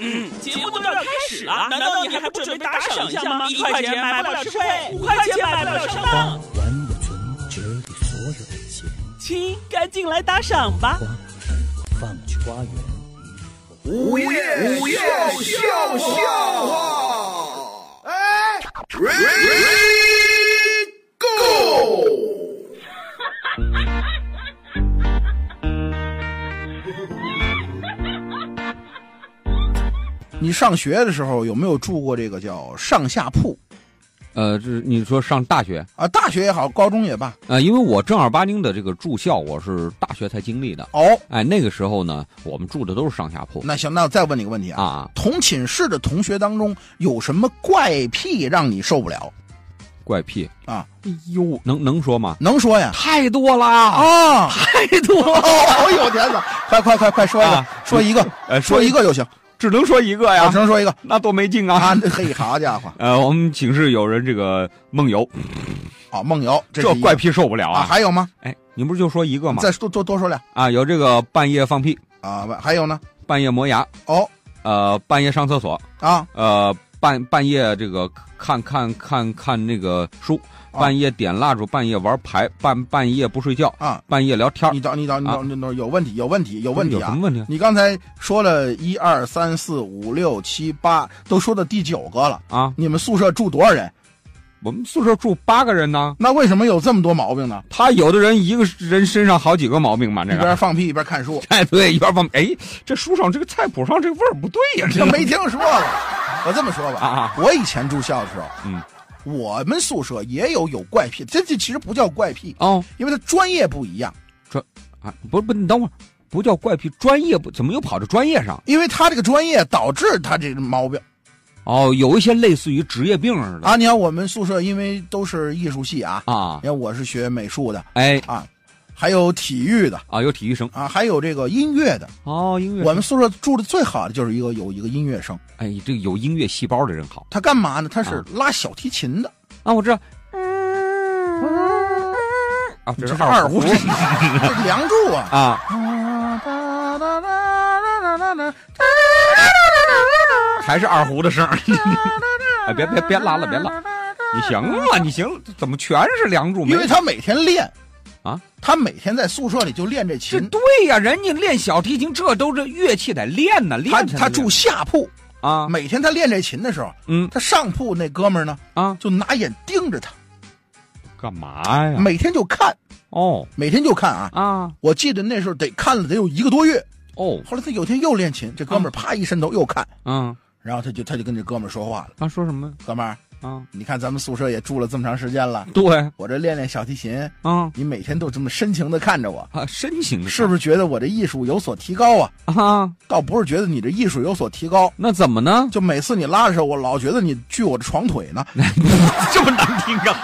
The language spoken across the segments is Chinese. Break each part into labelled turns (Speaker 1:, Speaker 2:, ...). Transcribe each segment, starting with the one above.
Speaker 1: 嗯，节目都要开始了，难道你还不准备打赏一下吗？一块钱买不了吃亏，五块钱买不了上
Speaker 2: 花
Speaker 1: 当。
Speaker 2: 完我存折里所有的钱，
Speaker 1: 亲，赶紧来打赏吧！
Speaker 2: 花不成放去花园。
Speaker 3: 午夜午夜笑笑话，哎，Ready Go！
Speaker 4: 你上学的时候有没有住过这个叫上下铺
Speaker 5: 呃，这是你说上大学
Speaker 4: 啊？大学也好，高中也罢，
Speaker 5: 啊、呃因为我正儿八经的这个住校，我是大学才经历的。
Speaker 4: 哦，
Speaker 5: 哎，那个时候呢，我们住的都是上下铺
Speaker 4: 那行，那我再问你个问题啊，
Speaker 5: 啊，
Speaker 4: 同寝室的同学当中有什么怪癖让你受不了？
Speaker 5: 怪癖
Speaker 4: 啊！
Speaker 5: 哎呦，能能说吗？
Speaker 4: 能说呀？
Speaker 5: 太多啦，
Speaker 4: 啊，
Speaker 5: 太多了，
Speaker 4: 哦，呦我天哪！快快快快说一个，
Speaker 5: 啊
Speaker 4: 说一个，
Speaker 5: 呃，
Speaker 4: 说一，个就行，
Speaker 5: 只能说一个
Speaker 4: 我
Speaker 5: 呀
Speaker 4: 只，能说一个
Speaker 5: 那多没劲
Speaker 4: 啊
Speaker 5: 啊！！
Speaker 4: 嘿，好家伙，
Speaker 5: 呃，我们寝室有人这个梦游，
Speaker 4: 啊，梦游，这
Speaker 5: 嗯这
Speaker 4: 是一个
Speaker 5: 怪癖受不了
Speaker 4: 啊，
Speaker 5: 啊！
Speaker 4: 还有吗？
Speaker 5: 哎，你不是就说一个吗？
Speaker 4: 再多多多说俩
Speaker 5: 啊，有这个半夜放屁，
Speaker 4: 啊，不还有呢？
Speaker 5: 半夜磨牙，
Speaker 4: 哦
Speaker 5: 呃，半夜上厕所，
Speaker 4: 啊，
Speaker 5: 呃，半半夜这个看看看看那个书，
Speaker 4: 啊
Speaker 5: 半夜点蜡烛，半夜玩牌，半半夜不睡觉
Speaker 4: 啊，
Speaker 5: 半夜聊天儿
Speaker 4: 你等你等你等你等，有问题有问题有问题
Speaker 5: 有
Speaker 4: 啊
Speaker 5: 什么！问题啊？
Speaker 4: 你刚才说了一二三四五六七八，都说到第九个了。
Speaker 5: 啊，
Speaker 4: 你们宿舍住多少人？
Speaker 5: 我们宿舍住八个人呢，
Speaker 4: 那为什么有这么多毛病呢？
Speaker 5: 他有的人一个人身上好几个毛病嘛，这
Speaker 4: 一边
Speaker 5: 个。
Speaker 4: 放屁一边看书，
Speaker 5: 哎，对，一边放，哎，这书上这个菜谱上这个味儿不对呀、这
Speaker 4: 这没听说过。我这么说吧，
Speaker 5: 啊
Speaker 4: 我以前住校的时候，
Speaker 5: 嗯，
Speaker 4: 我们宿舍也有有怪癖，这这其实不叫怪癖，
Speaker 5: 哦
Speaker 4: 因为他专业不一样，
Speaker 5: 啊，不不，你等会儿，不叫怪癖，专业不怎么又跑到专业上？
Speaker 4: 因为他这个专业导致他这个毛病
Speaker 5: 哦，有一些类似于职业病似的
Speaker 4: 啊。你看我们宿舍，因为都是艺术系啊，
Speaker 5: 啊
Speaker 4: 你，看我是学美术的
Speaker 5: 哎
Speaker 4: 啊，还有体育的
Speaker 5: 啊，有体育生
Speaker 4: 啊，还有这个音乐的。
Speaker 5: 哦，音乐
Speaker 4: 我们宿舍住的最好的就是一个有一个音乐生，
Speaker 5: 哎，这个有音乐细胞的人好
Speaker 4: 他干嘛呢？他是
Speaker 5: 啊
Speaker 4: 拉小提琴的，
Speaker 5: 啊，我知道。啊，这
Speaker 4: 这
Speaker 5: 是
Speaker 4: 是二
Speaker 5: 胡
Speaker 4: 胡，这是梁祝啊。
Speaker 5: 啊，还是二胡的声儿。哎，别别别拉了，别拉！你行了，你行了，怎么全是梁祝？没
Speaker 4: 因为他每天练
Speaker 5: 啊，
Speaker 4: 他每天在宿舍里就练这
Speaker 5: 这
Speaker 4: 琴。
Speaker 5: 对呀，人家练小提琴，这都是乐器得练呢，练
Speaker 4: 他
Speaker 5: 才能
Speaker 4: 他住下铺，
Speaker 5: 练啊，
Speaker 4: 每天他练这琴的时候，
Speaker 5: 嗯
Speaker 4: 他上铺那哥们儿呢
Speaker 5: 啊，
Speaker 4: 就拿眼盯着他，
Speaker 5: 干嘛哎呀？
Speaker 4: 每天就看，
Speaker 5: 哦
Speaker 4: 每天就看啊。
Speaker 5: 啊
Speaker 4: 我记得那时候得看了得有一个多月，
Speaker 5: 哦
Speaker 4: 后来他有天又练琴，这哥
Speaker 5: 啊
Speaker 4: 们儿啪一伸头又看，
Speaker 5: 嗯，
Speaker 4: 然后他就他就跟这哥们儿说话了
Speaker 5: 他说什么：“
Speaker 4: 哥们儿，
Speaker 5: 啊？
Speaker 4: 你看咱们宿舍也住了这么长时间了，
Speaker 5: 对
Speaker 4: 我这练练小提琴，
Speaker 5: 啊
Speaker 4: 你每天都这么深情的看着我，
Speaker 5: 啊，深情
Speaker 4: 是不是觉得我这艺术有所提高啊？
Speaker 5: 啊？
Speaker 4: 倒不是觉得你这艺术有所提高，
Speaker 5: 那怎么呢？
Speaker 4: 就每次你拉的时候，我老觉得你锯我的床腿呢。
Speaker 5: 这么难听啊！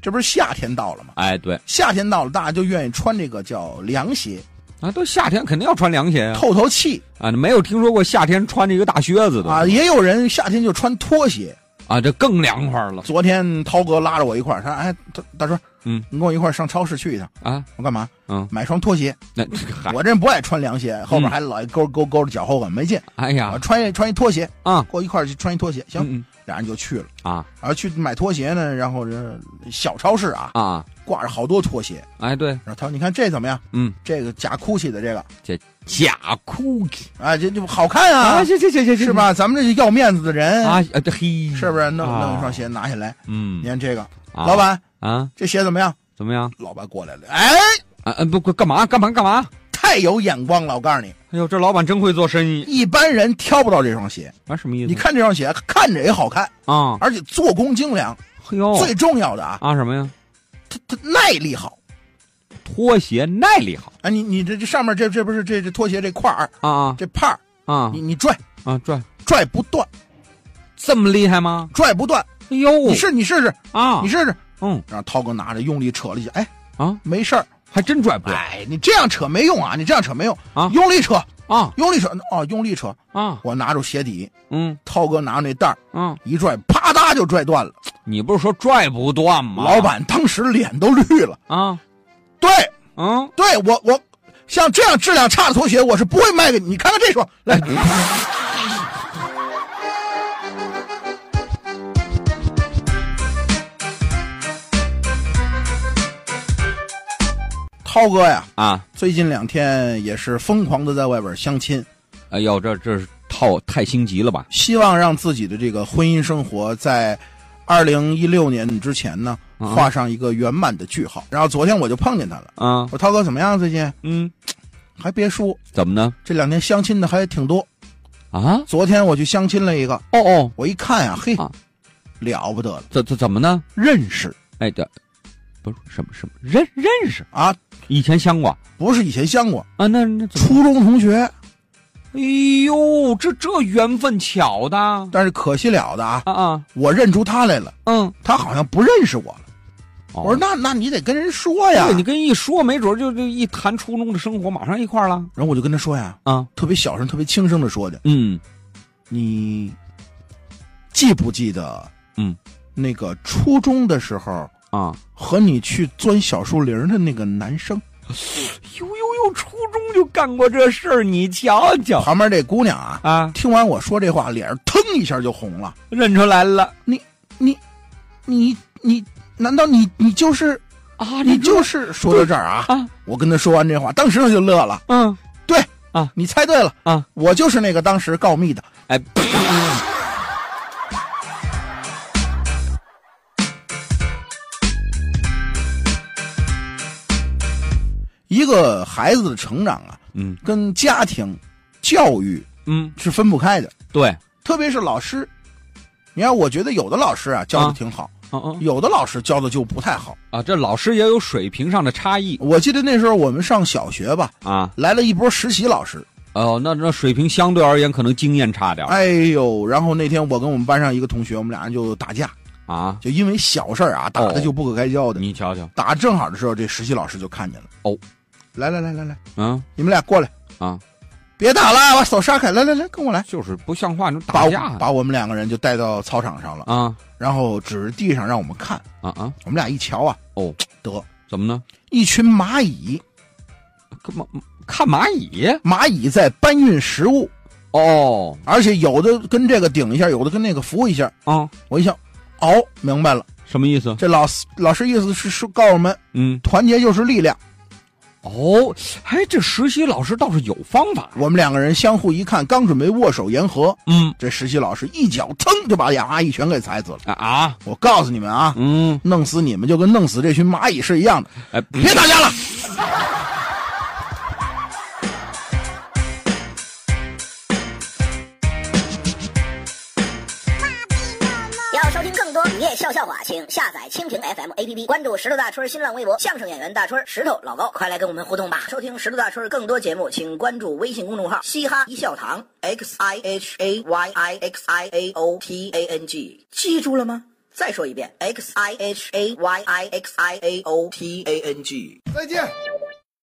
Speaker 4: 这不是夏天到了吗？
Speaker 5: 哎，对
Speaker 4: 夏天到了，大家就愿意穿这个叫凉鞋，
Speaker 5: 啊，都夏天肯定要穿凉鞋啊！
Speaker 4: 透透气
Speaker 5: 啊，没有听说过夏天穿着一个大靴子的
Speaker 4: 啊。也有人夏天就穿拖鞋。
Speaker 5: 啊，这更凉快了
Speaker 4: 昨天涛哥拉着我一块儿，他说：“哎，大大叔，
Speaker 5: 嗯，
Speaker 4: 你跟我一块儿上超市去一趟。
Speaker 5: 啊！”
Speaker 4: 我干嘛？
Speaker 5: 嗯，
Speaker 4: 买双拖鞋。
Speaker 5: 那这个还
Speaker 4: 我这人不爱穿凉鞋，后面还老勾勾勾着脚后跟，没劲。
Speaker 5: 哎
Speaker 4: 我
Speaker 5: 呀
Speaker 4: 穿一穿一拖鞋，
Speaker 5: 啊，
Speaker 4: 跟我一块儿去穿一拖鞋，行，
Speaker 5: 嗯
Speaker 4: 俩人就去了。
Speaker 5: 嗯啊
Speaker 4: 然后去买拖鞋呢，然后这小超市啊，
Speaker 5: 啊，
Speaker 4: 挂着好多拖鞋。
Speaker 5: 哎对，
Speaker 4: 然后他说：“你看这怎么样？
Speaker 5: 嗯，
Speaker 4: 这个假 Gucci 的这个，
Speaker 5: 这假裤
Speaker 4: 啊，这就好看啊，
Speaker 5: 这这这这
Speaker 4: 是？吧？咱们这是要面子的人，
Speaker 5: 啊啊，这嘿，
Speaker 4: 是不是？弄
Speaker 5: 啊
Speaker 4: 弄一双鞋拿下来，你
Speaker 5: 嗯，
Speaker 4: 看这个，
Speaker 5: 啊
Speaker 4: 老板，
Speaker 5: 啊，
Speaker 4: 这鞋怎么样？
Speaker 5: 怎么样？
Speaker 4: 老板过来了，哎，
Speaker 5: 啊啊不不干嘛干嘛干嘛？
Speaker 4: 太有眼光了，我告诉你，
Speaker 5: 哎呦，这老板真会做生意
Speaker 4: 一般人挑不到这双鞋。
Speaker 5: 啊！什么意思？
Speaker 4: 你看这双鞋，看着也好看，
Speaker 5: 啊，
Speaker 4: 而且做工精良，
Speaker 5: 嘿呦
Speaker 4: 最重要的啊，
Speaker 5: 啊什么呀？
Speaker 4: 它它耐力好。
Speaker 5: 拖鞋耐力好
Speaker 4: 啊，你你这这上面这这不是这这拖鞋这块儿
Speaker 5: 啊
Speaker 4: 这帕儿，
Speaker 5: 啊
Speaker 4: 你你拽
Speaker 5: 啊啊！拽
Speaker 4: 拽不断，
Speaker 5: 这么厉害吗？
Speaker 4: 拽不断，
Speaker 5: 哎呦，
Speaker 4: 你试你试试，
Speaker 5: 啊
Speaker 4: 你，试试。
Speaker 5: 嗯
Speaker 4: 然后涛哥拿着用力扯了一下，哎
Speaker 5: 啊，
Speaker 4: 没事儿。
Speaker 5: 还真拽不了
Speaker 4: 哎，你这样扯没用啊！你这样扯没用
Speaker 5: 啊
Speaker 4: 用力扯，
Speaker 5: 啊
Speaker 4: 用力扯，哦，用力扯。
Speaker 5: 啊！
Speaker 4: 我拿住鞋底，
Speaker 5: 嗯
Speaker 4: 涛哥拿着那袋儿
Speaker 5: 啊，
Speaker 4: 一拽，啪嗒就拽断了。
Speaker 5: 你不是说拽不断吗？
Speaker 4: 老板当时脸都绿了。
Speaker 5: 啊，
Speaker 4: 对，
Speaker 5: 嗯，
Speaker 4: 对我我像这样质量差的同学，我是不会卖给你。你看看这双，来， 涛哥呀，
Speaker 5: 啊，
Speaker 4: 最近两天也是疯狂的在外边相亲，
Speaker 5: 哎呦，这这是套太心急了吧？
Speaker 4: 希望让自己的这个婚姻生活在二零一六年之前呢
Speaker 5: 嗯
Speaker 4: 画上一个圆满的句号。然后昨天我就碰见他了，
Speaker 5: 啊
Speaker 4: 我，说涛哥怎么样？最近
Speaker 5: 嗯，
Speaker 4: 还别说，
Speaker 5: 怎么呢？
Speaker 4: 这两天相亲的还挺多。
Speaker 5: 啊，
Speaker 4: 昨天我去相亲了一个，
Speaker 5: 哦哦，
Speaker 4: 我一看呀、嘿，
Speaker 5: 啊
Speaker 4: 了不得了，
Speaker 5: 怎怎怎么呢？
Speaker 4: 认识
Speaker 5: 哎，这不是什么什么认认识，
Speaker 4: 啊，
Speaker 5: 以前相过
Speaker 4: 不是以前相过，
Speaker 5: 啊？那那怎么？
Speaker 4: 初中同学，
Speaker 5: 哎呦，这这缘分巧的啊
Speaker 4: 但是可惜了的啊，
Speaker 5: 啊，
Speaker 4: 我认出他来了，
Speaker 5: 嗯，
Speaker 4: 他好像不认识我了。
Speaker 5: 哦
Speaker 4: 我说那那你得跟人说呀，
Speaker 5: 对你跟一说，没准儿就就一谈初中的生活，马上一块儿了
Speaker 4: 然后我就跟他说呀，
Speaker 5: 啊，
Speaker 4: 特别小声、特别轻声的说的，
Speaker 5: 嗯，
Speaker 4: 你记不记得，
Speaker 5: 嗯，
Speaker 4: 那个初中的时候
Speaker 5: 啊，
Speaker 4: 和你去钻小树林的那个男生，
Speaker 5: 呦呦呦，初中就干过这事儿，你瞧瞧
Speaker 4: 旁边这姑娘啊，
Speaker 5: 啊，
Speaker 4: 听完我说这话，脸儿腾一下就红了。
Speaker 5: 认出来了
Speaker 4: 你你，难道你你就是
Speaker 5: 啊，
Speaker 4: 你就是是说到这儿啊？
Speaker 5: 啊，
Speaker 4: 我跟他说完这话，当时他就乐了。
Speaker 5: 嗯，
Speaker 4: 你猜对了
Speaker 5: 啊！
Speaker 4: 我就是那个当时告密的。
Speaker 5: 哎，
Speaker 4: 一个孩子的成长啊，
Speaker 5: 嗯
Speaker 4: 跟家庭、教育
Speaker 5: 嗯，
Speaker 4: 是分不开的，
Speaker 5: 对，
Speaker 4: 特别是老师。你看，我觉得有的老师啊教的
Speaker 5: 啊
Speaker 4: 挺好，
Speaker 5: 啊啊
Speaker 4: 有的老师教的就不太好。
Speaker 5: 啊，这老师也有水平上的差异
Speaker 4: 我记得那时候我们上小学吧，
Speaker 5: 啊，
Speaker 4: 来了一波实习老师，
Speaker 5: 哦，那那水平相对而言可能经验差点儿
Speaker 4: 哎呦，然后那天我跟我们班上一个同学，我们俩人就打架，
Speaker 5: 啊，
Speaker 4: 就因为小事儿啊，打的
Speaker 5: 哦
Speaker 4: 就不可开交的。
Speaker 5: 你瞧瞧，
Speaker 4: 打正好的时候，这实习老师就看见了。
Speaker 5: 哦，
Speaker 4: 来来来来来，
Speaker 5: 嗯，
Speaker 4: 你们俩过来
Speaker 5: 啊！
Speaker 4: 别打了，把手撒开，来来来，跟我来。
Speaker 5: 就是不像话，你说
Speaker 4: 把
Speaker 5: 打
Speaker 4: 我
Speaker 5: 架
Speaker 4: 把我们两个人就带到操场上了，
Speaker 5: 啊
Speaker 4: 然后指着地上让我们看。
Speaker 5: 啊啊，
Speaker 4: 我们俩一瞧啊，
Speaker 5: 哦，
Speaker 4: 得
Speaker 5: 怎么呢？
Speaker 4: 一群蚂蚁，
Speaker 5: 干嘛看蚂蚁？
Speaker 4: 蚂蚁在搬运食物，
Speaker 5: 哦，
Speaker 4: 而且有的跟这个顶一下，有的跟那个扶一下。
Speaker 5: 啊，
Speaker 4: 我一想，哦，明白了，
Speaker 5: 什么意思？
Speaker 4: 这老师老师意思是说告诉我们，
Speaker 5: 嗯，
Speaker 4: 团结就是力量。
Speaker 5: 哦，哎，这实习老师倒是有方法。
Speaker 4: 我们两个人相互一看，刚准备握手言和，
Speaker 5: 嗯
Speaker 4: 这实习老师一脚腾就把俩蚂蚁全给踩死了。
Speaker 5: 啊啊，
Speaker 4: 我告诉你们啊，
Speaker 5: 嗯，
Speaker 4: 弄死你们就跟弄死这群蚂蚁是一样的。
Speaker 5: 哎，
Speaker 4: 别打架了。
Speaker 6: 要收听更多午夜笑笑话，请下载蜻蜓 FM APP，关注石头大春儿新浪微博，相声演员大春儿、石头老高，快来跟我们互动吧！收听石头大春儿更多节目，请关注微信公众号“嘻哈一笑堂 ”x i h a y i x i a o t a n g，记住了吗？再说一遍，x i h a y i x i a o t a n g。
Speaker 3: 再见。